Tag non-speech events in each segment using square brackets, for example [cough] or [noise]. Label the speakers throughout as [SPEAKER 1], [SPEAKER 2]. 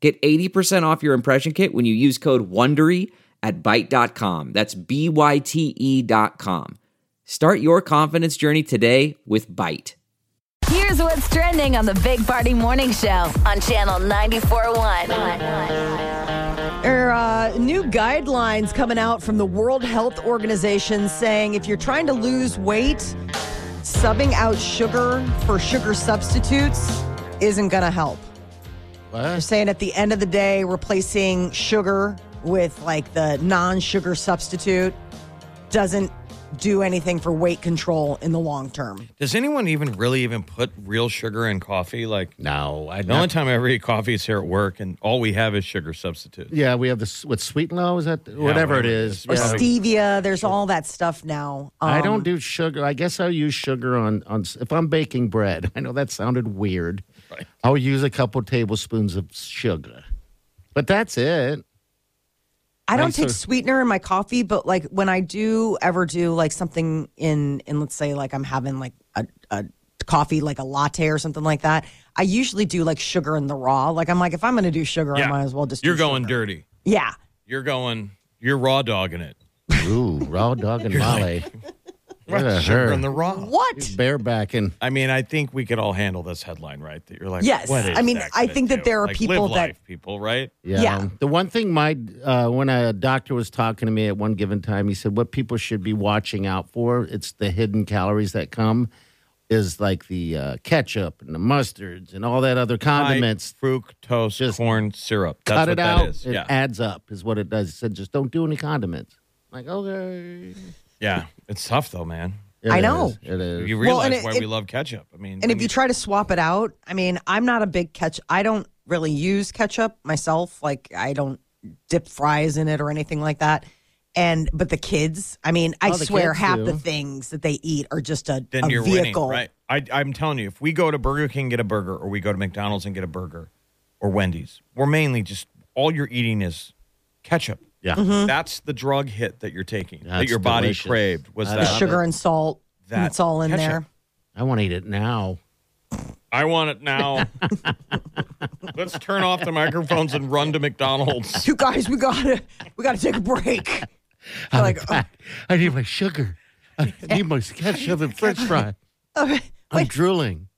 [SPEAKER 1] Get 80% off your impression kit when you use code WONDERY at Byte.com. That's B-Y-T-E E dot com. Start your confidence journey today with Byte.
[SPEAKER 2] Here's what's trending on the Big Party Morning Show on Channel 94.1.
[SPEAKER 3] There are uh, new guidelines coming out from the World Health Organization saying if you're trying to lose weight, subbing out sugar for sugar substitutes isn't going to help. What? They're saying at the end of the day, replacing sugar with like the non sugar substitute doesn't do anything for weight control in the long term.
[SPEAKER 4] Does anyone even really even put real sugar in coffee? Like
[SPEAKER 5] no,
[SPEAKER 4] I the only time I ever eat coffee is here at work, and all we have is sugar substitutes.
[SPEAKER 5] Yeah, we have this with sweet low. Is that yeah, whatever, whatever it is?
[SPEAKER 3] Or
[SPEAKER 5] yeah.
[SPEAKER 3] stevia. There's all that stuff now.
[SPEAKER 5] Um, I don't do sugar. I guess I'll use sugar on on if I'm baking bread. [laughs] I know that sounded weird. Right. I'll use a couple tablespoons of sugar, but that's it.
[SPEAKER 3] I don't take sweetener in my coffee, but like when I do ever do like something in in let's say like I'm having like a, a coffee like a latte or something like that, I usually do like sugar in the raw. Like I'm like if I'm going to do sugar, yeah. I might as well just.
[SPEAKER 4] You're
[SPEAKER 3] do
[SPEAKER 4] going
[SPEAKER 3] sugar.
[SPEAKER 4] dirty.
[SPEAKER 3] Yeah.
[SPEAKER 4] You're going. You're raw dogging it.
[SPEAKER 5] Ooh, raw dogging Molly.
[SPEAKER 4] Like, sugar in the raw.
[SPEAKER 3] What?
[SPEAKER 5] He's [laughs] barebacking.
[SPEAKER 4] I mean, I think we could all handle this headline, right? That you're like,
[SPEAKER 3] yes. I mean, I think that
[SPEAKER 4] do?
[SPEAKER 3] there are
[SPEAKER 4] like,
[SPEAKER 3] people
[SPEAKER 4] live
[SPEAKER 3] that
[SPEAKER 4] life, people, right?
[SPEAKER 5] Yeah. yeah. The one thing my uh, when a doctor was talking to me at one given time, he said what people should be watching out for. It's the hidden calories that come. Is like the uh, ketchup and the mustards and all that other condiments.
[SPEAKER 4] High fructose just corn syrup. That's
[SPEAKER 5] cut it
[SPEAKER 4] what
[SPEAKER 5] out.
[SPEAKER 4] That is.
[SPEAKER 5] It
[SPEAKER 4] yeah.
[SPEAKER 5] adds up, is what it does. He said, just don't do any condiments. I'm like okay.
[SPEAKER 4] Yeah, it's tough though, man.
[SPEAKER 5] It
[SPEAKER 3] I know.
[SPEAKER 5] is. It is.
[SPEAKER 4] You
[SPEAKER 3] Well,
[SPEAKER 4] realize
[SPEAKER 3] and it-
[SPEAKER 4] why we
[SPEAKER 3] it-
[SPEAKER 4] love ketchup. I mean,
[SPEAKER 3] And
[SPEAKER 4] when
[SPEAKER 3] if you try to swap it out, I mean, I'm not a big ketchup. I don't really use ketchup myself. Like, I don't dip fries in it or anything like that. And but the kids, I mean, I
[SPEAKER 5] Oh, the
[SPEAKER 3] swear
[SPEAKER 5] kids
[SPEAKER 3] half
[SPEAKER 5] do.
[SPEAKER 3] the things that they eat are just a,
[SPEAKER 4] then
[SPEAKER 3] a
[SPEAKER 4] you're
[SPEAKER 3] vehicle.
[SPEAKER 4] winning, right? I, I'm telling you, if we go to Burger King and get a burger, or we go to McDonald's and get a burger, or Wendy's, we're mainly just all you're eating is ketchup.
[SPEAKER 5] Yeah.
[SPEAKER 3] Mm-hmm.
[SPEAKER 5] Mm-hmm.
[SPEAKER 4] That's the drug hit that you're taking that
[SPEAKER 5] That's
[SPEAKER 4] your body
[SPEAKER 5] delicious.
[SPEAKER 4] craved. Was
[SPEAKER 5] I
[SPEAKER 3] The
[SPEAKER 5] love
[SPEAKER 4] that?
[SPEAKER 5] it.
[SPEAKER 3] sugar and salt. and
[SPEAKER 4] That
[SPEAKER 3] it's all in
[SPEAKER 4] ketchup.
[SPEAKER 3] there.
[SPEAKER 5] I want to eat it now.
[SPEAKER 4] I want it now.
[SPEAKER 5] [laughs]
[SPEAKER 4] Let's turn off the microphones and run to McDonald's.
[SPEAKER 3] [laughs] You guys, we gotta we gotta take a break.
[SPEAKER 5] I'm
[SPEAKER 3] Like,
[SPEAKER 5] fat. I need my sugar.
[SPEAKER 3] [laughs]
[SPEAKER 5] I need my ketchup and French fry.
[SPEAKER 3] Uh,
[SPEAKER 5] I'm drooling.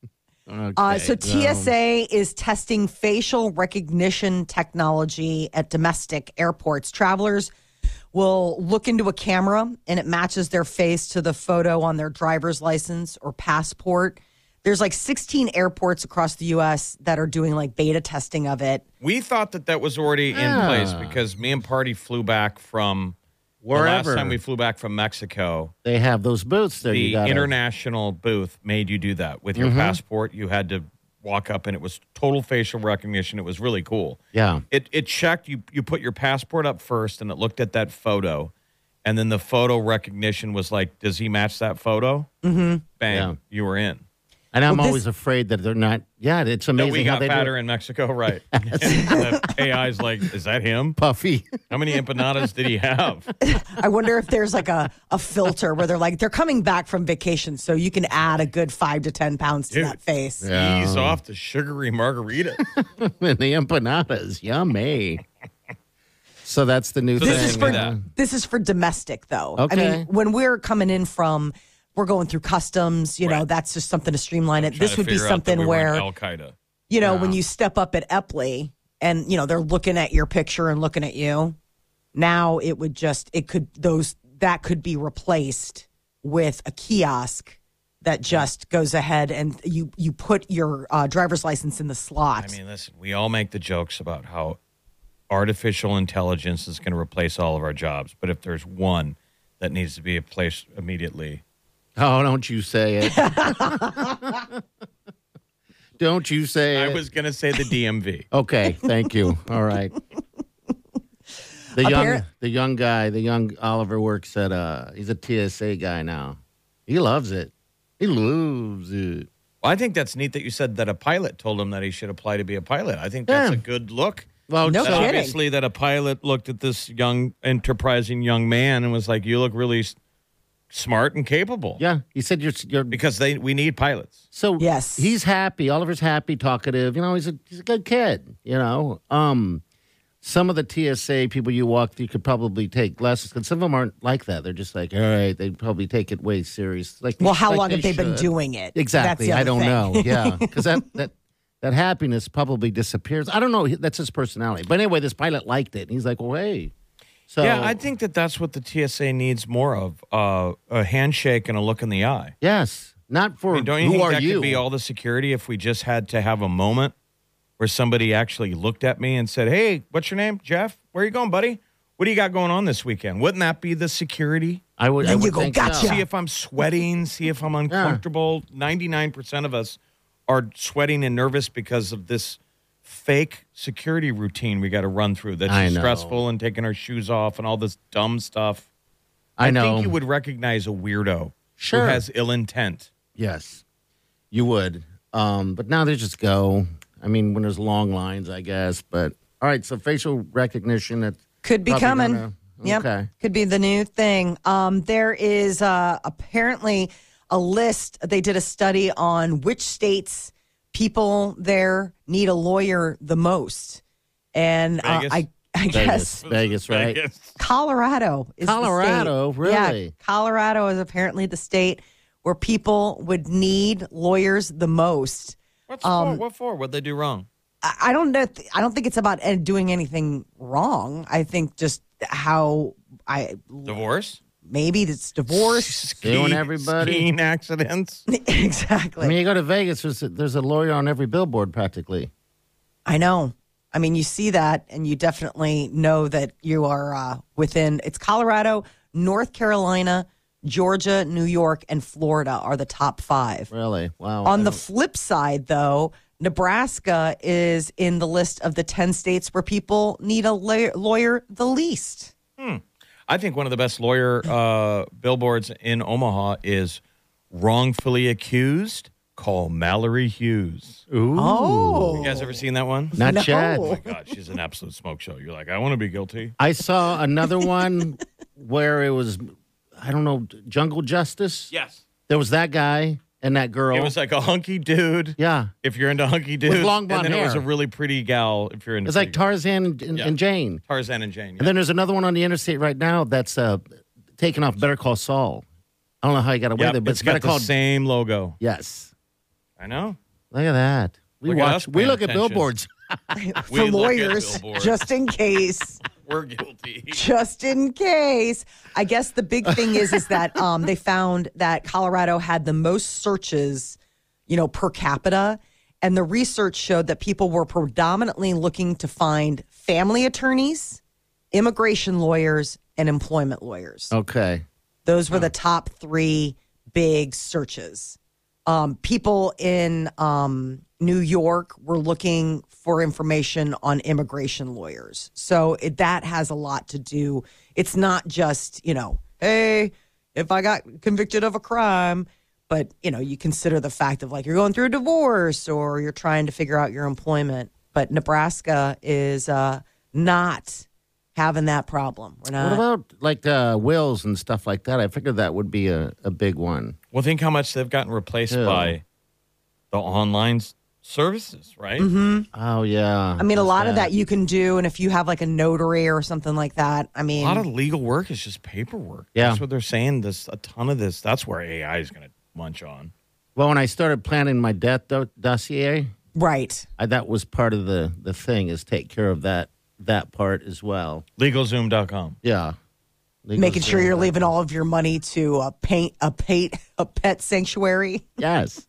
[SPEAKER 5] Okay,
[SPEAKER 3] Uh, so
[SPEAKER 5] um,
[SPEAKER 3] TSA is testing facial recognition technology at domestic airports. Travelers will look into a camera and it matches their face to the photo on their driver's license or passport. There's like 16 airports across the U.S. that are doing like beta testing of it.
[SPEAKER 4] We thought that that was already in place
[SPEAKER 5] Ah.
[SPEAKER 4] because me and Party flew back from The
[SPEAKER 5] Wherever.
[SPEAKER 4] last time we flew back from Mexico,
[SPEAKER 5] they have those boots there. you Mm-hmm.
[SPEAKER 4] the
[SPEAKER 5] got
[SPEAKER 4] international booth made you do that with your passport. You had to walk up, and it was total facial recognition. It was really cool.
[SPEAKER 5] Yeah.
[SPEAKER 4] It it checked you. You put your passport up first, and it looked at that photo, and then the photo recognition was like, "Does he match that photo?" Mm-hmm. Bang,
[SPEAKER 5] Yeah.
[SPEAKER 4] you were in.
[SPEAKER 5] And I'm
[SPEAKER 3] Well, this-
[SPEAKER 5] always afraid that they're not. Yeah, it's amazing
[SPEAKER 4] That we
[SPEAKER 5] how
[SPEAKER 4] got
[SPEAKER 5] they do
[SPEAKER 4] fatter
[SPEAKER 5] it.
[SPEAKER 4] in Mexico, [laughs]
[SPEAKER 5] [laughs]
[SPEAKER 4] right? the AI's like, "Is that him?
[SPEAKER 5] puffy. [laughs]
[SPEAKER 4] How many empanadas did he have?"
[SPEAKER 3] I wonder if there's like a, a filter where they're like, they're coming back from vacation, so you can add a good five to 10 pounds to
[SPEAKER 4] Dude.
[SPEAKER 3] that face.
[SPEAKER 5] Yeah.
[SPEAKER 4] Ease off the sugary margarita.
[SPEAKER 5] and the empanadas, yummy. so that's the new
[SPEAKER 4] So
[SPEAKER 5] thing.
[SPEAKER 4] this is for that.
[SPEAKER 3] This is for domestic, though. I
[SPEAKER 5] Okay.
[SPEAKER 3] mean, when we're coming in from, we're going through customs. You know,
[SPEAKER 4] Right.
[SPEAKER 3] that's just something to streamline it. [laughs]
[SPEAKER 4] Trying
[SPEAKER 3] This
[SPEAKER 4] to
[SPEAKER 3] would be
[SPEAKER 4] figure out that
[SPEAKER 3] something
[SPEAKER 4] we
[SPEAKER 3] where
[SPEAKER 4] weren't Al Qaeda.
[SPEAKER 3] you know when you step up at Epley and you know they're looking at your picture and looking at you. Now it would just it could those that could be replaced with a kiosk that just goes ahead and you you put your uh, driver's license in the slot.
[SPEAKER 4] I mean, listen, we all make the jokes about how artificial intelligence is going to replace all of our jobs, but if there's one that needs to be replaced immediately,
[SPEAKER 5] Oh, don't you say it.
[SPEAKER 4] [laughs]
[SPEAKER 5] don't you say
[SPEAKER 4] I
[SPEAKER 5] it. [laughs]
[SPEAKER 4] was going to say the DMV.
[SPEAKER 5] Okay, thank you. All right. The young,
[SPEAKER 3] Appar-
[SPEAKER 5] the young guy, the young Oliver works at. Uh, he's a TSA guy now. He loves it. He loves it.
[SPEAKER 4] Well, I think that's neat that you said that a pilot told him that he should apply to be a pilot. I think that's
[SPEAKER 5] Yeah.
[SPEAKER 4] a good look.
[SPEAKER 5] Well,
[SPEAKER 3] No
[SPEAKER 4] That
[SPEAKER 3] kidding.
[SPEAKER 4] obviously, that a pilot looked at this young, enterprising young man and was like, "You look really s- smart and capable."
[SPEAKER 5] yeah, he said you're you're
[SPEAKER 4] because they we need pilots.
[SPEAKER 5] So
[SPEAKER 3] Yes.
[SPEAKER 5] he's happy. Oliver's happy, talkative. You know, he's a he's a good kid. You know, um, some of the TSA people you walk through could probably take lessons, because some of them aren't like that. They're just like, all right, they probably take it way serious. Like,
[SPEAKER 3] Well, how
[SPEAKER 5] like
[SPEAKER 3] long have they been
[SPEAKER 5] should.
[SPEAKER 3] doing it?
[SPEAKER 5] Exactly.
[SPEAKER 3] That's the
[SPEAKER 5] I
[SPEAKER 3] other
[SPEAKER 5] don't
[SPEAKER 3] thing.
[SPEAKER 5] know. Yeah,
[SPEAKER 3] [laughs]
[SPEAKER 5] because that that. That happiness probably disappears. I don't know. That's his personality. But anyway, this pilot liked it. And he's like, well, hey. So,
[SPEAKER 4] yeah, I think that that's what the TSA needs more of: uh, a handshake and a look in the eye.
[SPEAKER 5] Yes. Not for
[SPEAKER 4] I mean, don't you
[SPEAKER 5] Hmm. who
[SPEAKER 4] think
[SPEAKER 5] are
[SPEAKER 4] that
[SPEAKER 5] you?
[SPEAKER 4] could be all the security if we just had to have a moment where somebody actually looked at me and said, "Hey, what's your name, Jeff? Where you going, buddy? What do you got going on this weekend?" Wouldn't that be the security?
[SPEAKER 5] I would, I
[SPEAKER 3] Then you
[SPEAKER 5] would
[SPEAKER 3] go,
[SPEAKER 5] think
[SPEAKER 3] "Gotcha."
[SPEAKER 5] so.
[SPEAKER 4] See if I'm sweating. See if I'm uncomfortable. Ninety-nine percent of us are sweating and nervous because of this fake security routine we got to run through. That's
[SPEAKER 5] I
[SPEAKER 4] just
[SPEAKER 5] know.
[SPEAKER 4] stressful and taking our shoes off and all this dumb stuff.
[SPEAKER 5] I know.
[SPEAKER 4] think you would recognize a weirdo
[SPEAKER 5] Sure.
[SPEAKER 4] who has ill intent.
[SPEAKER 5] Yes, you would. Um, but now they just go. I mean, when there's long lines, I guess. But all right, so facial recognition. That
[SPEAKER 3] Could be
[SPEAKER 5] probably
[SPEAKER 3] coming.
[SPEAKER 5] gonna-
[SPEAKER 3] Yep.
[SPEAKER 5] Okay.
[SPEAKER 3] Could be the new thing. Um, there is uh, apparently a list. They did a study on which states people there need a lawyer the most. And uh,
[SPEAKER 4] Vegas?
[SPEAKER 3] I, I
[SPEAKER 4] [laughs]
[SPEAKER 5] Vegas,
[SPEAKER 3] guess
[SPEAKER 5] Vegas, right?
[SPEAKER 4] Yes.
[SPEAKER 3] Colorado is the state.
[SPEAKER 5] Colorado,
[SPEAKER 3] Yeah,
[SPEAKER 5] really?
[SPEAKER 3] Colorado is apparently the state where people would need lawyers the most.
[SPEAKER 4] What's
[SPEAKER 5] Um,
[SPEAKER 4] for? What for? What'd they do wrong?
[SPEAKER 3] I I don't know. th- I don't think it's about eh, doing anything wrong. I think just how I
[SPEAKER 4] Divorce?
[SPEAKER 3] maybe it's
[SPEAKER 4] [laughs]
[SPEAKER 3] divorce. [laughs]
[SPEAKER 5] [laughs] Suing everybody.
[SPEAKER 4] Skiing accidents.
[SPEAKER 3] exactly.
[SPEAKER 5] I mean, you go to Vegas. There's a, there's a lawyer on every billboard practically.
[SPEAKER 3] I know. I mean, you see that, and you definitely know that you are uh, within. It's Colorado, North Carolina, Georgia, New York, and Florida are the top five.
[SPEAKER 5] Really? Wow.
[SPEAKER 3] On the flip side, though, Nebraska is in the list of the 10 states where people need a la- lawyer the least.
[SPEAKER 4] I think one of the best lawyer uh, billboards in Omaha is wrongfully accused. Call Mallory Hughes.
[SPEAKER 5] Ooh.
[SPEAKER 3] Oh.
[SPEAKER 4] You guys ever seen that one?
[SPEAKER 5] not
[SPEAKER 3] No.
[SPEAKER 5] yet.
[SPEAKER 4] God, she's an absolute smoke show. You're like, I want to be guilty.
[SPEAKER 5] I saw another one [laughs] where it was, I don't know, Jungle Justice.
[SPEAKER 4] Yes.
[SPEAKER 5] There was that guy and that girl.
[SPEAKER 4] It was like a hunky dude.
[SPEAKER 5] yeah.
[SPEAKER 4] If you're into hunky dudes,
[SPEAKER 5] long blonde
[SPEAKER 4] and then it was a
[SPEAKER 5] hair.
[SPEAKER 4] really pretty gal. If you're into
[SPEAKER 5] It's like
[SPEAKER 4] pretty-
[SPEAKER 5] Tarzan and, and,
[SPEAKER 4] Yeah.
[SPEAKER 5] and Jane.
[SPEAKER 4] Tarzan and Jane.
[SPEAKER 5] And then there's another one on the interstate right now that's uh, taking off Better Call Saul. I don't know how you got away
[SPEAKER 4] yeah,
[SPEAKER 5] with it, but
[SPEAKER 4] it's got the
[SPEAKER 5] Better Call.
[SPEAKER 4] same logo.
[SPEAKER 5] yes,
[SPEAKER 4] I know.
[SPEAKER 5] look at that. We
[SPEAKER 4] Look at
[SPEAKER 5] watch.
[SPEAKER 4] us
[SPEAKER 5] we
[SPEAKER 4] paying
[SPEAKER 5] look at
[SPEAKER 4] attention.
[SPEAKER 5] billboards.
[SPEAKER 3] For
[SPEAKER 4] We look at
[SPEAKER 3] lawyers,
[SPEAKER 4] billboards.
[SPEAKER 3] just in case.
[SPEAKER 4] We're guilty.
[SPEAKER 3] just in case. I guess the big thing is is that um, they found that Colorado had the most searches, you know, per capita, and the research showed that people were predominantly looking to find family attorneys, immigration lawyers, and employment lawyers.
[SPEAKER 5] Okay.
[SPEAKER 3] Those were the top three big searches. Um, people in um, New York were looking for information on immigration lawyers. So it, that has a lot to do. It's not just, you know, hey, if I got convicted of a crime, but, you know, you consider the fact of like you're going through a divorce or you're trying to figure out your employment. But Nebraska is uh, not having that problem. We're not.
[SPEAKER 5] What about like uh, wills and stuff like that? I figured that would be a, a big one.
[SPEAKER 4] Well, think how much they've gotten replaced
[SPEAKER 5] Yeah.
[SPEAKER 4] by the online s- services, right?
[SPEAKER 5] Oh yeah.
[SPEAKER 3] I mean, a
[SPEAKER 5] There's
[SPEAKER 3] lot of that you can do, and if you have like a notary or something like that, I
[SPEAKER 4] A
[SPEAKER 3] mean,
[SPEAKER 4] lot of legal work is just paperwork.
[SPEAKER 5] Yeah.
[SPEAKER 4] That's what they're saying. This a ton of this. That's where AI is going to munch on.
[SPEAKER 5] Well, when I started planning my death do- dossier,
[SPEAKER 3] right?
[SPEAKER 5] I, that was part of the the thing is take care of that that part as well.
[SPEAKER 4] LegalZoom.com.
[SPEAKER 5] Yeah. Legal
[SPEAKER 3] Making sure
[SPEAKER 5] Zoom.
[SPEAKER 3] you're leaving all of your money to a paint a paint a pet sanctuary.
[SPEAKER 5] Yes.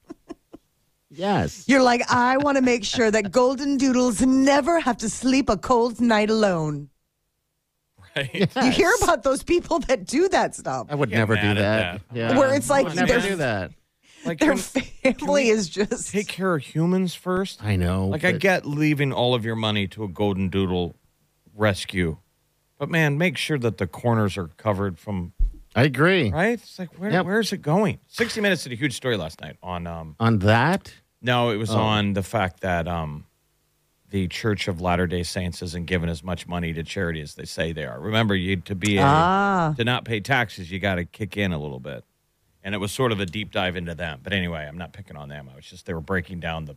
[SPEAKER 3] [laughs]
[SPEAKER 5] yes.
[SPEAKER 3] You're like, I want to make sure that golden doodles never have to sleep a cold night alone.
[SPEAKER 4] [laughs] Right?
[SPEAKER 3] You hear about those people that do that stuff,
[SPEAKER 5] I would
[SPEAKER 4] Get
[SPEAKER 5] never
[SPEAKER 4] mad
[SPEAKER 5] do
[SPEAKER 4] at
[SPEAKER 5] that.
[SPEAKER 4] that.
[SPEAKER 5] Yeah.
[SPEAKER 3] Where it's like
[SPEAKER 5] I would never
[SPEAKER 3] they're-
[SPEAKER 5] do that.
[SPEAKER 4] [laughs] Like,
[SPEAKER 3] their
[SPEAKER 4] can we
[SPEAKER 3] family is just
[SPEAKER 4] take care of humans first.
[SPEAKER 5] I know.
[SPEAKER 4] Like, I
[SPEAKER 5] but-
[SPEAKER 4] get leaving all of your money to a golden doodle rescue, But man, make sure that the corners are covered from
[SPEAKER 5] I agree.
[SPEAKER 4] right. It's like where
[SPEAKER 5] Yep.
[SPEAKER 4] where is it going? Sixty Minutes did a huge story last night on um
[SPEAKER 5] On that,
[SPEAKER 4] no, it was
[SPEAKER 5] Oh.
[SPEAKER 4] on the fact that um the Church of Latter Day Saints isn't giving as much money to charity as they say they are. Remember, you to be a,
[SPEAKER 5] Ah.
[SPEAKER 4] to not pay taxes, you got to kick in a little bit, and it was sort of a deep dive into them. But anyway, I'm not picking on them. I was just they were breaking down the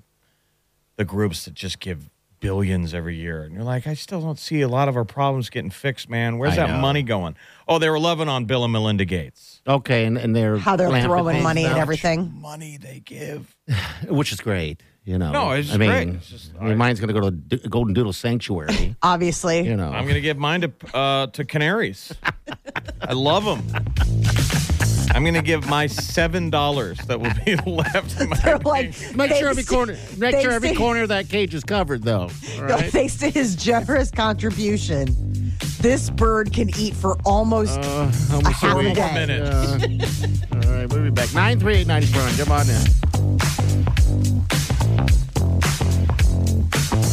[SPEAKER 4] the groups that just give billions every year. And you're like, I still don't see a lot of our problems getting fixed, man. Where's
[SPEAKER 5] I
[SPEAKER 4] that
[SPEAKER 5] know.
[SPEAKER 4] money going? Oh, they were loving on Bill and Melinda Gates.
[SPEAKER 5] okay, and, and they're
[SPEAKER 3] How they're throwing
[SPEAKER 5] philanthropies
[SPEAKER 3] money at
[SPEAKER 5] now,
[SPEAKER 3] everything.
[SPEAKER 4] Money they give.
[SPEAKER 5] which is great. You know,
[SPEAKER 4] No, it's
[SPEAKER 5] I mean,
[SPEAKER 4] great. It's just-
[SPEAKER 5] I mean, mine's going to go to D- Golden Doodle Sanctuary.
[SPEAKER 3] Obviously.
[SPEAKER 5] you know,
[SPEAKER 4] I'm going to give mine to uh, to
[SPEAKER 5] [laughs]
[SPEAKER 4] canaries. I love them. I'm going to give my seven dollars that will be [laughs] left. In my
[SPEAKER 3] They're [laughs] like,
[SPEAKER 5] make sure every
[SPEAKER 3] thanks-
[SPEAKER 5] corner, make
[SPEAKER 3] thanks
[SPEAKER 5] sure every
[SPEAKER 3] to-
[SPEAKER 5] corner of that cage is covered, though. All
[SPEAKER 3] No, [laughs]
[SPEAKER 5] right?
[SPEAKER 3] [laughs] Thanks to his generous contribution, this bird can eat for almost
[SPEAKER 5] Uh,
[SPEAKER 3] a half a
[SPEAKER 5] week.
[SPEAKER 3] day.
[SPEAKER 4] minute.
[SPEAKER 5] All right, we'll be back. Nine three eight ninety four. Come on in.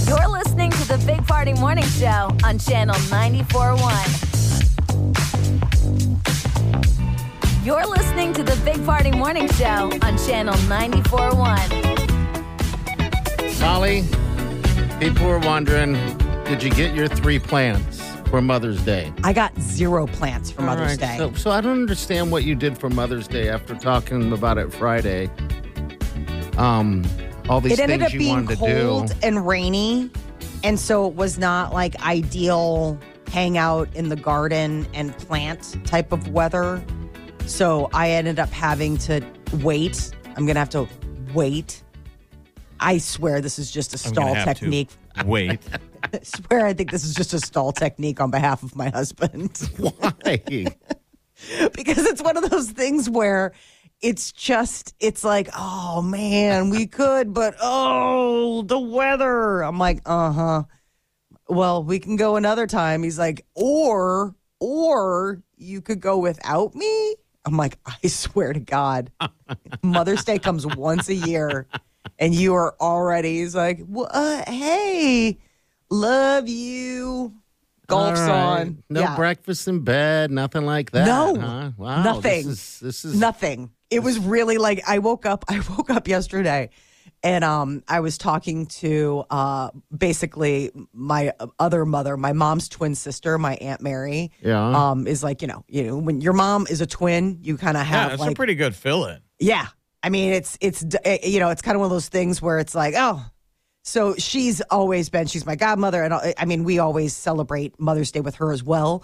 [SPEAKER 2] You're listening to the Big Party Morning Show on Channel 94.1. You're listening to the Big Party Morning Show on Channel 94.1.
[SPEAKER 5] Molly, people were wondering, did you get your three plants for Mother's Day?
[SPEAKER 3] I got zero plants for Mother's Day.
[SPEAKER 5] So, so I don't understand what you did for Mother's Day after talking about it Friday. Um, all these
[SPEAKER 3] it ended up
[SPEAKER 5] things you
[SPEAKER 3] being
[SPEAKER 5] wanted to
[SPEAKER 3] cold
[SPEAKER 5] do.
[SPEAKER 3] and rainy, and so it was not like ideal hangout in the garden and plant type of weather. So I ended up having to wait. I'm gonna have to wait. I swear this is just a
[SPEAKER 4] I'm
[SPEAKER 3] stall
[SPEAKER 4] gonna have to
[SPEAKER 3] technique. [laughs]
[SPEAKER 4] Wait.
[SPEAKER 3] I swear I think this is just a stall technique on behalf of my husband.
[SPEAKER 5] [laughs]
[SPEAKER 3] [laughs]
[SPEAKER 5] Why?
[SPEAKER 3] because it's one of those things where it's just it's like oh man we could but oh the weather i'm like uh-huh well we can go another time he's like or or you could go without me i'm like i swear to god mother's day comes once a year and you are already he's like well, uh, hey love you golf's
[SPEAKER 5] All right.
[SPEAKER 3] on
[SPEAKER 5] No
[SPEAKER 3] Yeah.
[SPEAKER 5] breakfast in bed, nothing like that.
[SPEAKER 3] No.
[SPEAKER 5] huh? Wow,
[SPEAKER 3] Nothing.
[SPEAKER 5] This is, this is
[SPEAKER 3] nothing. It was really like I woke up. [laughs] I woke up yesterday, and um, I was talking to uh, basically my other mother, my mom's twin sister, my aunt Mary.
[SPEAKER 5] Yeah.
[SPEAKER 3] um, is like you know, you know, when your mom is a twin, you kind of
[SPEAKER 4] Yeah,
[SPEAKER 3] have
[SPEAKER 4] that's a
[SPEAKER 3] like
[SPEAKER 4] pretty good fill-in.
[SPEAKER 3] yeah. I mean, it's it's d- eh, you know, it's kind of one of those things where it's like, oh, so she's always been she's my godmother, and uh, I I mean, we always celebrate Mother's Day with her as well.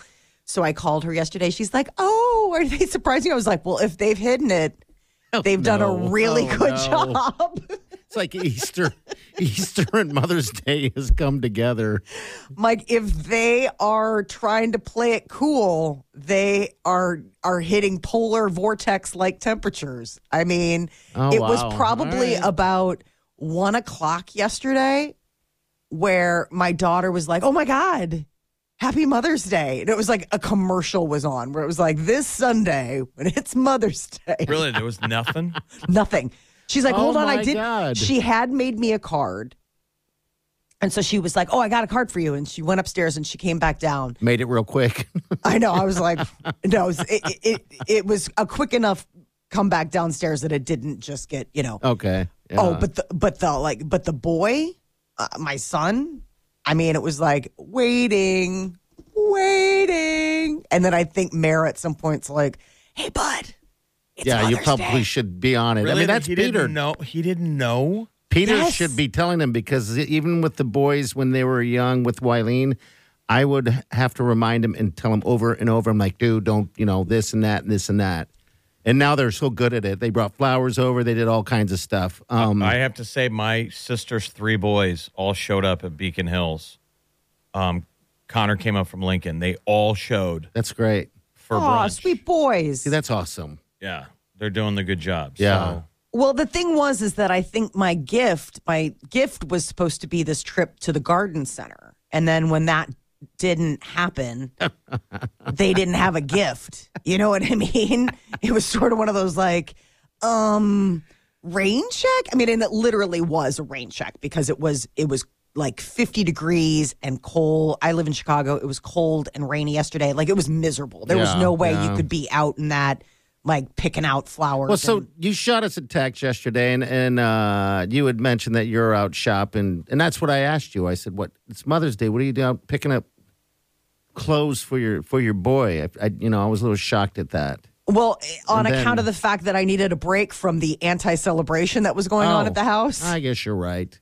[SPEAKER 3] So I called her yesterday. She's like, oh, are they [laughs] surprising? I was like, well, if they've hidden it, they've done
[SPEAKER 5] Oh, no.
[SPEAKER 3] a really
[SPEAKER 5] Oh,
[SPEAKER 3] good [laughs]
[SPEAKER 5] no.
[SPEAKER 3] job.
[SPEAKER 5] it's like Easter. [laughs] Easter and Mother's Day has come together.
[SPEAKER 3] I'm like if they are trying to play it cool, they are are hitting polar vortex like temperatures. I mean,
[SPEAKER 5] Oh,
[SPEAKER 3] it was
[SPEAKER 5] wow.
[SPEAKER 3] probably
[SPEAKER 5] All right.
[SPEAKER 3] about one o'clock yesterday where my daughter was like, "Oh my god." Happy Mother's Day. And it was like a commercial was on where it was like this Sunday when it's Mother's Day
[SPEAKER 4] Really, there was
[SPEAKER 3] [laughs]
[SPEAKER 4] nothing.
[SPEAKER 3] nothing. She's like,
[SPEAKER 5] Oh
[SPEAKER 3] hold on,
[SPEAKER 5] my
[SPEAKER 3] I did.
[SPEAKER 5] God.
[SPEAKER 3] She had made me a card, and so she was like, "Oh, I got a card for you." And she went upstairs and she came back down. [laughs]
[SPEAKER 5] Made it real quick. [laughs]
[SPEAKER 3] I know. I was like, "No, it it, it, it was a quick enough come back downstairs that it didn't just get you know."
[SPEAKER 5] okay.
[SPEAKER 3] Oh,
[SPEAKER 5] yeah.
[SPEAKER 3] but the but the like but the boy, uh, my son. I mean, it was like waiting, waiting, and then I think Mare at some point's like, "Hey, bud." It's
[SPEAKER 5] yeah, you
[SPEAKER 3] Mother's
[SPEAKER 5] probably
[SPEAKER 3] Day."
[SPEAKER 5] should be on it. I
[SPEAKER 4] Really,
[SPEAKER 5] mean, that's
[SPEAKER 4] he
[SPEAKER 5] Peter.
[SPEAKER 4] Didn't know he didn't know.
[SPEAKER 5] Peter
[SPEAKER 3] Yes.
[SPEAKER 5] should be telling them because e, even with the boys when they were young with Wileen, I would have to remind him and tell him over and over. I'm like, dude, don't you know this and that and this and that. And now they're so good at it. They brought flowers over. They did all kinds of stuff. Um,
[SPEAKER 4] I have to say, my sister's three boys all showed up at Beacon Hills. Um, Connor came up from Lincoln. They all showed
[SPEAKER 5] that's great.
[SPEAKER 4] for
[SPEAKER 3] Aw,
[SPEAKER 4] brunch.
[SPEAKER 3] sweet boys.
[SPEAKER 5] See, that's awesome.
[SPEAKER 4] Yeah, they're doing the good job.
[SPEAKER 5] Yeah.
[SPEAKER 4] so-
[SPEAKER 3] Well, the thing was is that I think my gift, my gift was supposed to be this trip to the garden center. And then when that didn't
[SPEAKER 5] [laughs]
[SPEAKER 3] happen, they didn't have a gift. You know what I mean? It was sort of one of those like um rain check. I mean, and it literally was a rain check because it was it was like 50 degrees and cold. I live in Chicago. It was cold and rainy yesterday. Like it was miserable. There was
[SPEAKER 5] Yeah,
[SPEAKER 3] no way
[SPEAKER 5] yeah.
[SPEAKER 3] you could be out in that, like picking out flowers.
[SPEAKER 5] Well, so
[SPEAKER 3] and-
[SPEAKER 5] you shot us a text yesterday, and and uh, you had mentioned that you're out shopping, and that's what I asked you. I said, "What? It's Mother's Day. What are you doing? Picking up clothes for your for your boy?" I, I you know, I was a little shocked at that.
[SPEAKER 3] well, eh, on
[SPEAKER 5] and
[SPEAKER 3] account
[SPEAKER 5] then-
[SPEAKER 3] of the fact that I needed a break from the anti celebration that was going on
[SPEAKER 5] Oh,
[SPEAKER 3] at the house,
[SPEAKER 5] I guess you're right.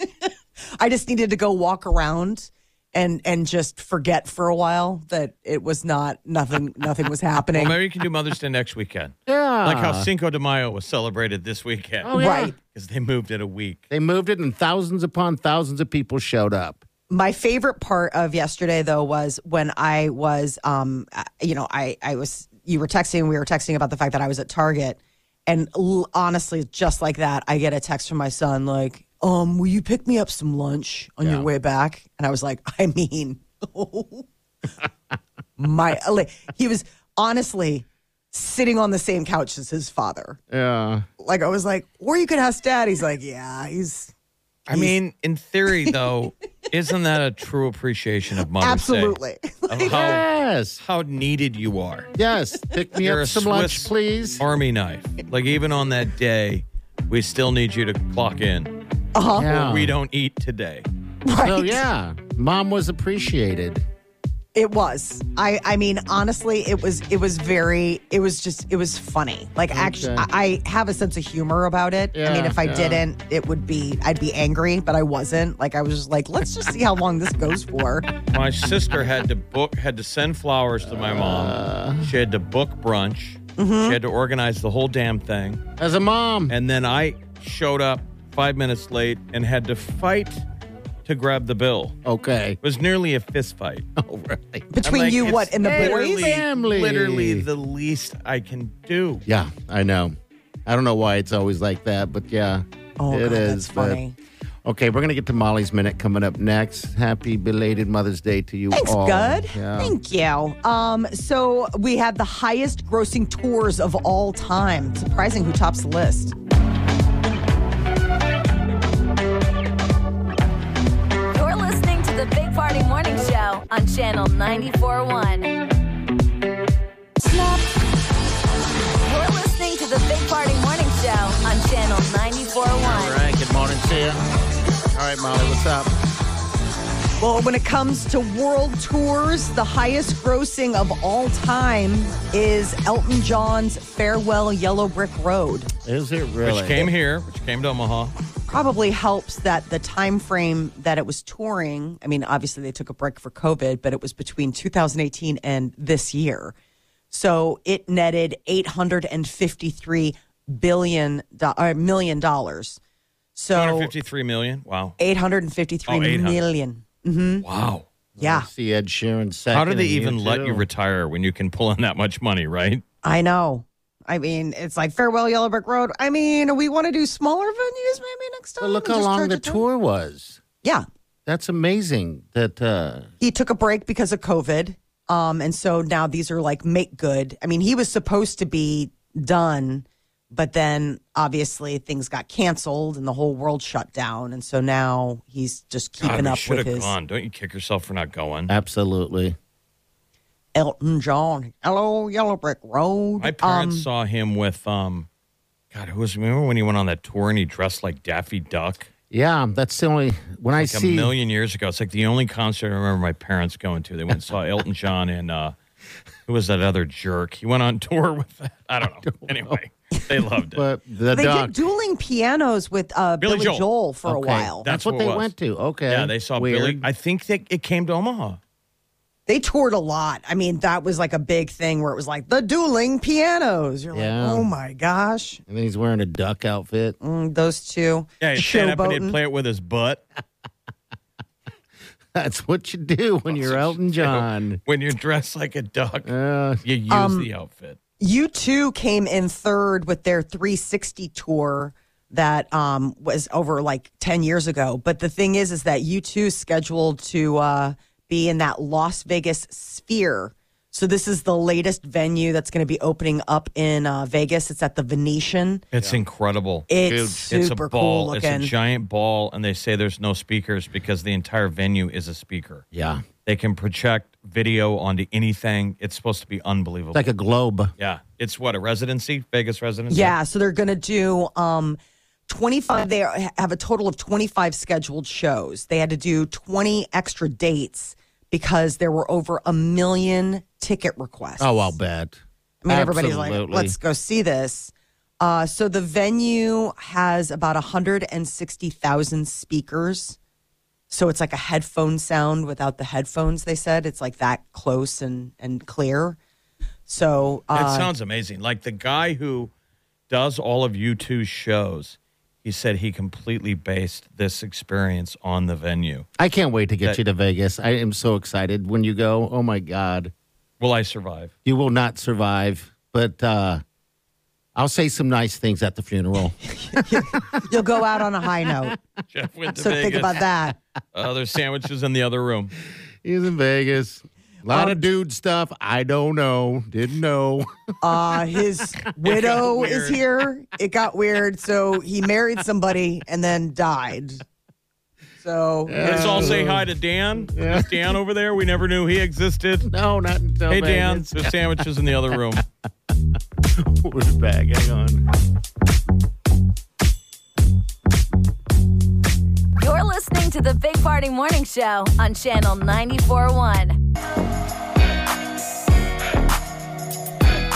[SPEAKER 3] I just needed to go walk around and and just forget for a while that it was not nothing nothing was happening.
[SPEAKER 4] Well, maybe you can do Mother's Day next weekend.
[SPEAKER 5] yeah,
[SPEAKER 4] Like how Cinco de Mayo was celebrated this weekend.
[SPEAKER 5] Oh, yeah.
[SPEAKER 3] Right.
[SPEAKER 4] Because they moved it a week.
[SPEAKER 5] They moved it, and thousands upon thousands of people showed up.
[SPEAKER 3] My favorite part of yesterday though was when I was um uh, you know I I was you were texting and we were texting about the fact that I was at Target and l- honestly just like that I get a text from my son like um will you pick me up some lunch on your way back and I was like [laughs] I mean my like, he was honestly sitting on the same couch as his father
[SPEAKER 5] Yeah,
[SPEAKER 3] like I was like or you could ask dad he's like yeah he's
[SPEAKER 4] I mean, in theory, though, isn't that a true appreciation of Mother's Day?
[SPEAKER 3] absolutely [laughs]
[SPEAKER 4] Absolutely. How,
[SPEAKER 5] yes,
[SPEAKER 4] how needed you are.
[SPEAKER 5] yes. Pick me
[SPEAKER 4] You're
[SPEAKER 5] up
[SPEAKER 4] a
[SPEAKER 5] some
[SPEAKER 4] Swiss
[SPEAKER 5] lunch, please.
[SPEAKER 4] Army knife. Like, even on that day, we still need you to clock in.
[SPEAKER 5] Yeah.
[SPEAKER 4] We don't eat today.
[SPEAKER 3] Uh-huh. right
[SPEAKER 5] So yeah, mom was appreciated.
[SPEAKER 3] It was. I I mean honestly, it was it was very it was just it was funny. Like actually I, I have a sense of humor about it. I mean
[SPEAKER 5] Yeah,
[SPEAKER 3] if I
[SPEAKER 5] yeah.
[SPEAKER 3] didn't, it would be I'd be angry, but I wasn't. Like I was just like, let's just see how long this goes
[SPEAKER 5] [laughs]
[SPEAKER 3] for.
[SPEAKER 4] My sister had to book, had to send flowers to my mom.
[SPEAKER 5] Uh.
[SPEAKER 4] She had to book brunch.
[SPEAKER 5] Mm-hmm.
[SPEAKER 4] She had to organize the whole damn thing.
[SPEAKER 5] As a mom,
[SPEAKER 4] And then I showed up five minutes late and had to fight to grab the bill.
[SPEAKER 5] okay.
[SPEAKER 4] It was nearly a fist fight.
[SPEAKER 5] [laughs]
[SPEAKER 3] [laughs]
[SPEAKER 5] All right.
[SPEAKER 3] Between
[SPEAKER 4] I'm like,
[SPEAKER 3] you
[SPEAKER 4] it's
[SPEAKER 3] what and the
[SPEAKER 4] literally-
[SPEAKER 3] boys?
[SPEAKER 5] Family.
[SPEAKER 4] Literally the least I can do.
[SPEAKER 5] Yeah, I know. I don't know why it's always like that, but yeah,
[SPEAKER 3] Oh God,
[SPEAKER 5] it is
[SPEAKER 3] that's
[SPEAKER 5] but-
[SPEAKER 3] funny.
[SPEAKER 5] okay, we're gonna get to Molly's minute coming up next. Happy belated Mother's Day to you
[SPEAKER 3] Thanks,
[SPEAKER 5] all.
[SPEAKER 3] good.
[SPEAKER 5] oh, Yeah.
[SPEAKER 3] Thank you. Um, so we had the highest grossing tours of all time. Surprising who tops the list.
[SPEAKER 2] You're listening to the Big Party Morning Show on Channel 94.1. Snap. You're listening to the Big Party Morning Show on Channel 94.1.
[SPEAKER 5] All right. Good morning to you. All right, Molly, what's up?
[SPEAKER 3] Well, when it comes to world tours, the highest grossing of all time is Elton John's Farewell Yellow Brick Road.
[SPEAKER 5] Is it really?
[SPEAKER 4] Which came here, which came to Omaha.
[SPEAKER 3] Probably helps that the time frame that it was touring, I mean, obviously they took a break for COVID, but it was between 2018 and this year. So it netted 853 billion do- or million dollars. So
[SPEAKER 4] 253 million. Wow.
[SPEAKER 3] 853
[SPEAKER 4] Oh, 800.
[SPEAKER 3] million.
[SPEAKER 4] Wow.
[SPEAKER 3] Yeah.
[SPEAKER 5] See Ed Sheeran second.
[SPEAKER 4] How do they
[SPEAKER 5] and
[SPEAKER 4] even let
[SPEAKER 5] too.
[SPEAKER 4] you retire when you can pull in that much money, right?
[SPEAKER 3] I know. I mean, it's like farewell Yellow Brick Road. I mean, we want to do smaller venues maybe next time.
[SPEAKER 5] Well, look
[SPEAKER 3] and
[SPEAKER 5] how
[SPEAKER 3] just
[SPEAKER 5] long
[SPEAKER 3] charge
[SPEAKER 5] the
[SPEAKER 3] a ton.
[SPEAKER 5] tour was.
[SPEAKER 3] Yeah,
[SPEAKER 5] That's amazing. That uh,
[SPEAKER 3] he took a break because of COVID, um, and so now these are like make good. I mean, he was supposed to be done, but then obviously things got canceled and the whole world shut down, and so now he's just
[SPEAKER 4] God,
[SPEAKER 3] keeping
[SPEAKER 4] we
[SPEAKER 3] up
[SPEAKER 4] should
[SPEAKER 3] with
[SPEAKER 4] have
[SPEAKER 3] his Uh,
[SPEAKER 4] gone. Don't you kick yourself for not going?
[SPEAKER 5] absolutely.
[SPEAKER 3] Elton John. Hello, Yellow Brick Road. Um,
[SPEAKER 4] My parents saw him with um God, who was remember when he went on that tour and he dressed like Daffy Duck?
[SPEAKER 5] Yeah, that's the only when I
[SPEAKER 4] Like
[SPEAKER 5] see
[SPEAKER 4] a million years ago. It's like the only concert I remember my parents going to. They went and saw Elton John and uh who was that other jerk? He went on [laughs] tour with I don't know. anyway, they loved it.
[SPEAKER 5] but the
[SPEAKER 3] they
[SPEAKER 5] duck.
[SPEAKER 3] did dueling pianos with uh,
[SPEAKER 4] Billy
[SPEAKER 3] Billy,
[SPEAKER 4] Joel.
[SPEAKER 3] Joel. for a
[SPEAKER 5] Okay,
[SPEAKER 3] while.
[SPEAKER 4] That's
[SPEAKER 5] That's, what,
[SPEAKER 4] what it
[SPEAKER 5] they
[SPEAKER 4] was.
[SPEAKER 5] went to. Okay.
[SPEAKER 4] yeah, they saw
[SPEAKER 5] Weird.
[SPEAKER 4] Billy. I think that it came to Omaha.
[SPEAKER 3] they toured a lot. I mean, that was like a big thing where it was like the dueling pianos. You're
[SPEAKER 5] Yeah.
[SPEAKER 3] like, oh my gosh,
[SPEAKER 5] And then he's wearing a duck outfit. [laughs]
[SPEAKER 3] Mm, those two.
[SPEAKER 4] Yeah, he'd stand up and he'd
[SPEAKER 3] Showboating.
[SPEAKER 4] play it with his butt.
[SPEAKER 5] That's what you do when you're Elton John.
[SPEAKER 4] When you're dressed like a duck,
[SPEAKER 5] Uh,
[SPEAKER 4] you use the outfit.
[SPEAKER 3] You two came in third with their 360 tour that um, was over like 10 years ago. But the thing is, is that you two scheduled to uh, be in that Las Vegas sphere. So this is the latest venue that's going to be opening up in uh, Vegas. It's at the Venetian.
[SPEAKER 4] It's incredible.
[SPEAKER 3] It's
[SPEAKER 4] it's
[SPEAKER 3] super
[SPEAKER 4] a ball.
[SPEAKER 3] cool
[SPEAKER 4] it's
[SPEAKER 3] looking.
[SPEAKER 4] a giant ball, and they say there's no speakers because the entire venue is a speaker.
[SPEAKER 5] Yeah.
[SPEAKER 4] They can project video onto anything. It's supposed to be unbelievable.
[SPEAKER 5] Like a globe.
[SPEAKER 4] yeah, it's what a residency, Vegas residency.
[SPEAKER 3] Yeah, so they're going to do um 25 they have a total of 25 scheduled shows. They had to do 20 extra dates because there were over a million ticket requests.
[SPEAKER 5] Oh, I'll bet.
[SPEAKER 3] I mean everybody's like let's go see this. Uh, so the venue has about 160,000 speakers. So it's like a headphone sound without the headphones they said. It's like that close and and clear. So
[SPEAKER 4] It
[SPEAKER 3] uh,
[SPEAKER 4] sounds amazing. Like the guy who does all of U2's shows, he said he completely based this experience on the venue.
[SPEAKER 5] I can't wait to get you to Vegas. I am so excited when you go. Oh my God.
[SPEAKER 4] Will I
[SPEAKER 3] [laughs]
[SPEAKER 4] survive?
[SPEAKER 5] You will not survive, but uh, I'll say some nice things at the funeral.
[SPEAKER 3] you'll go out on a high note.
[SPEAKER 4] Jeff went to
[SPEAKER 3] So
[SPEAKER 4] Vegas.
[SPEAKER 3] think about that.
[SPEAKER 4] Uh, there's sandwiches in the
[SPEAKER 3] [laughs]
[SPEAKER 4] other room.
[SPEAKER 5] [laughs] He's in Vegas. A lot of dude stuff. I don't know. Didn't know.
[SPEAKER 3] Uh,
[SPEAKER 4] [laughs]
[SPEAKER 3] his widow is
[SPEAKER 4] weird.
[SPEAKER 3] here. It got weird. So he married somebody and then died. So
[SPEAKER 4] Let's all say
[SPEAKER 3] Oh.
[SPEAKER 4] hi to Dan. Is Dan over there? We never knew he existed.
[SPEAKER 5] [laughs] No, not until
[SPEAKER 4] Hey, Dan.
[SPEAKER 5] Vegas.
[SPEAKER 4] There's sandwiches in the other room.
[SPEAKER 5] [laughs] We're back. Hang on.
[SPEAKER 2] You're listening to the Big Party Morning Show on Channel 94.1.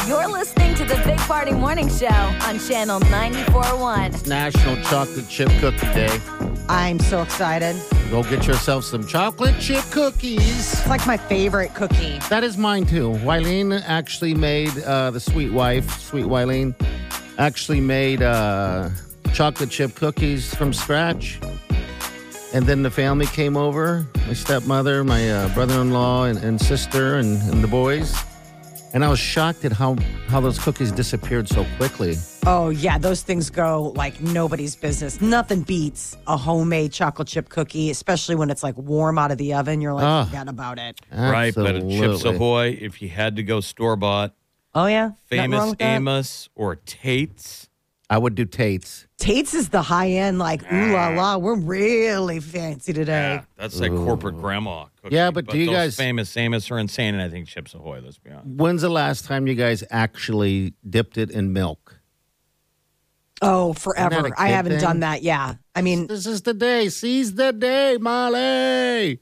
[SPEAKER 2] You're listening to the Big Party Morning Show on Channel 94.1.
[SPEAKER 5] National Chocolate Chip Cookie Day.
[SPEAKER 3] I'm so excited.
[SPEAKER 5] Go get yourself some chocolate chip cookies.
[SPEAKER 3] It's like my favorite cookie.
[SPEAKER 5] That is mine too. Wileen actually made uh, the sweet wife, sweet Wileen, actually made uh, chocolate chip cookies from scratch. And then the family came over my stepmother, my uh, brother in law, and, and sister, and, and the boys. And I was shocked at how, how those cookies disappeared so quickly.
[SPEAKER 3] Oh, yeah. Those things go like nobody's business. Nothing beats a homemade chocolate chip cookie, especially when it's like warm out of the oven. You're like,
[SPEAKER 5] Ah.
[SPEAKER 3] forget about it.
[SPEAKER 4] Right, but a Chips
[SPEAKER 5] Absolutely.
[SPEAKER 4] Ahoy, if you had to go store bought,
[SPEAKER 3] Oh, yeah. Nothing wrong
[SPEAKER 4] famous
[SPEAKER 3] with that.
[SPEAKER 4] Amos or Tate's.
[SPEAKER 5] I would do Tate's.
[SPEAKER 3] Tate's is the high end, like, ooh la la, we're really fancy today.
[SPEAKER 4] Ah. Yeah, that's like corporate grandma. Cookie.
[SPEAKER 5] Yeah, but do you
[SPEAKER 4] those
[SPEAKER 5] guys-
[SPEAKER 4] famous Amos are insane, and I think Chips Ahoy. Let's be honest.
[SPEAKER 5] When's the last time you guys actually dipped it in milk?
[SPEAKER 3] Oh,
[SPEAKER 5] Isn't
[SPEAKER 3] forever.
[SPEAKER 5] that a
[SPEAKER 3] I
[SPEAKER 5] kid
[SPEAKER 3] haven't
[SPEAKER 5] thing?
[SPEAKER 3] done that. Yeah. I mean,
[SPEAKER 5] This is the day. Seize the day, Molly.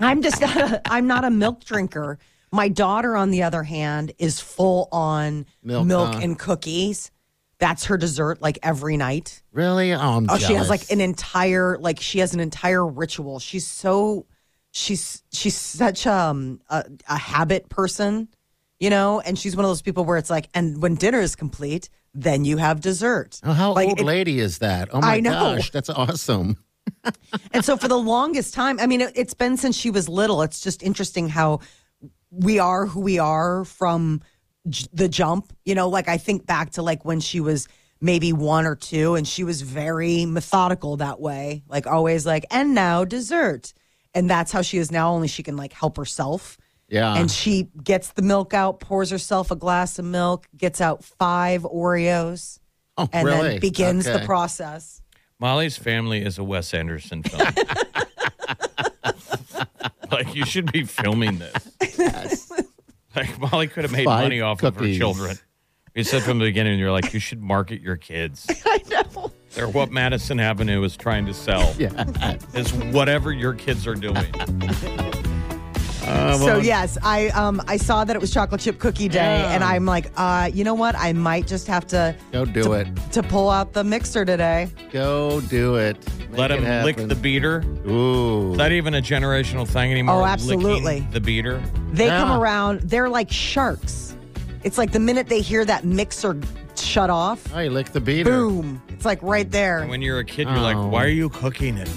[SPEAKER 3] I'm just not a, I'm not a milk drinker. My daughter, on the other hand, is full on milk,
[SPEAKER 5] Milk, huh?
[SPEAKER 3] and cookies. That's her dessert like every night.
[SPEAKER 5] Really? Oh, I'm
[SPEAKER 3] Oh,
[SPEAKER 5] jealous.
[SPEAKER 3] she has like an entire like she has an entire ritual. She's so she's she's such um a, a habit person, you know, and she's one of those people where it's like and when dinner is complete, then you have dessert.
[SPEAKER 5] Oh, how
[SPEAKER 3] like,
[SPEAKER 5] old
[SPEAKER 3] it-
[SPEAKER 5] lady is that? Oh my
[SPEAKER 3] I know.
[SPEAKER 5] gosh, that's awesome. [laughs]
[SPEAKER 3] And so for the longest time, I mean, it, it's been since she was little. It's just interesting how we are who we are from j- the jump. You know, like I think back to like when she was maybe one or two and she was very methodical that way, like always like, and now dessert. And that's how she is now, only she can like help herself.
[SPEAKER 5] Yeah.
[SPEAKER 3] And she gets the milk out, pours herself a glass of milk, gets out five Oreos,
[SPEAKER 5] Oh,
[SPEAKER 3] and
[SPEAKER 5] really?
[SPEAKER 3] then begins the
[SPEAKER 5] Okay.
[SPEAKER 3] process. [laughs]
[SPEAKER 4] Molly's family is a Wes Anderson
[SPEAKER 5] [laughs]
[SPEAKER 4] film. like you should be filming this. [laughs] Like Molly could have made
[SPEAKER 5] Five
[SPEAKER 4] money off of her
[SPEAKER 5] cookies.
[SPEAKER 4] children. You said from the beginning, you're like, you should market your kids.
[SPEAKER 3] I know.
[SPEAKER 4] They're what Madison Avenue is trying to sell.
[SPEAKER 5] [laughs] Yeah.
[SPEAKER 4] Is whatever your kids are doing.
[SPEAKER 3] So yes, I um I saw that it was chocolate chip cookie day,
[SPEAKER 5] Yeah.
[SPEAKER 3] and I'm like, uh, you know what? I might just have to
[SPEAKER 5] Go do it.
[SPEAKER 3] to pull out the mixer today.
[SPEAKER 5] Go do it. Make
[SPEAKER 4] Let
[SPEAKER 5] it
[SPEAKER 4] them lick
[SPEAKER 5] happen.
[SPEAKER 4] the beater.
[SPEAKER 5] Ooh.
[SPEAKER 4] Is that even a generational thing anymore?
[SPEAKER 3] Oh,
[SPEAKER 4] Licking
[SPEAKER 3] absolutely.
[SPEAKER 4] The beater.
[SPEAKER 3] They come
[SPEAKER 5] Yeah.
[SPEAKER 3] around. They're like sharks. It's like the minute they hear that mixer shut off,
[SPEAKER 5] oh, you lick the beater.
[SPEAKER 3] boom! It's like right
[SPEAKER 4] And
[SPEAKER 3] there.
[SPEAKER 4] when you're a kid, you're like,
[SPEAKER 5] Oh.
[SPEAKER 4] why are you cooking it?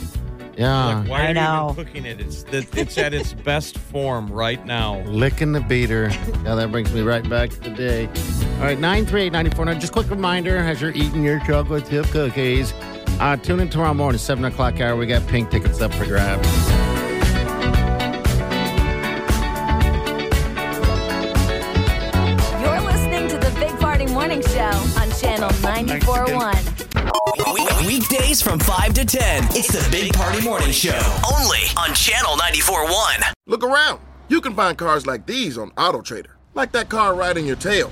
[SPEAKER 5] Yeah.
[SPEAKER 4] Like, why
[SPEAKER 3] I
[SPEAKER 4] are you
[SPEAKER 3] know.
[SPEAKER 4] even cooking it? It's the, it's at its best form right now.
[SPEAKER 5] Licking the beater. Now that brings me right back to the day. All right, 938-94. Just quick reminder, as you're eating your chocolate chip cookies, uh, tune in tomorrow morning, 7 o'clock hour. We got pink tickets up for grabs.
[SPEAKER 2] 94.1.
[SPEAKER 6] Weekdays from 5 to 10. It's the Big Party Morning Show. Only on Channel 94.1.
[SPEAKER 7] Look around. You can find cars like these on AutoTrader, like that car riding your tail.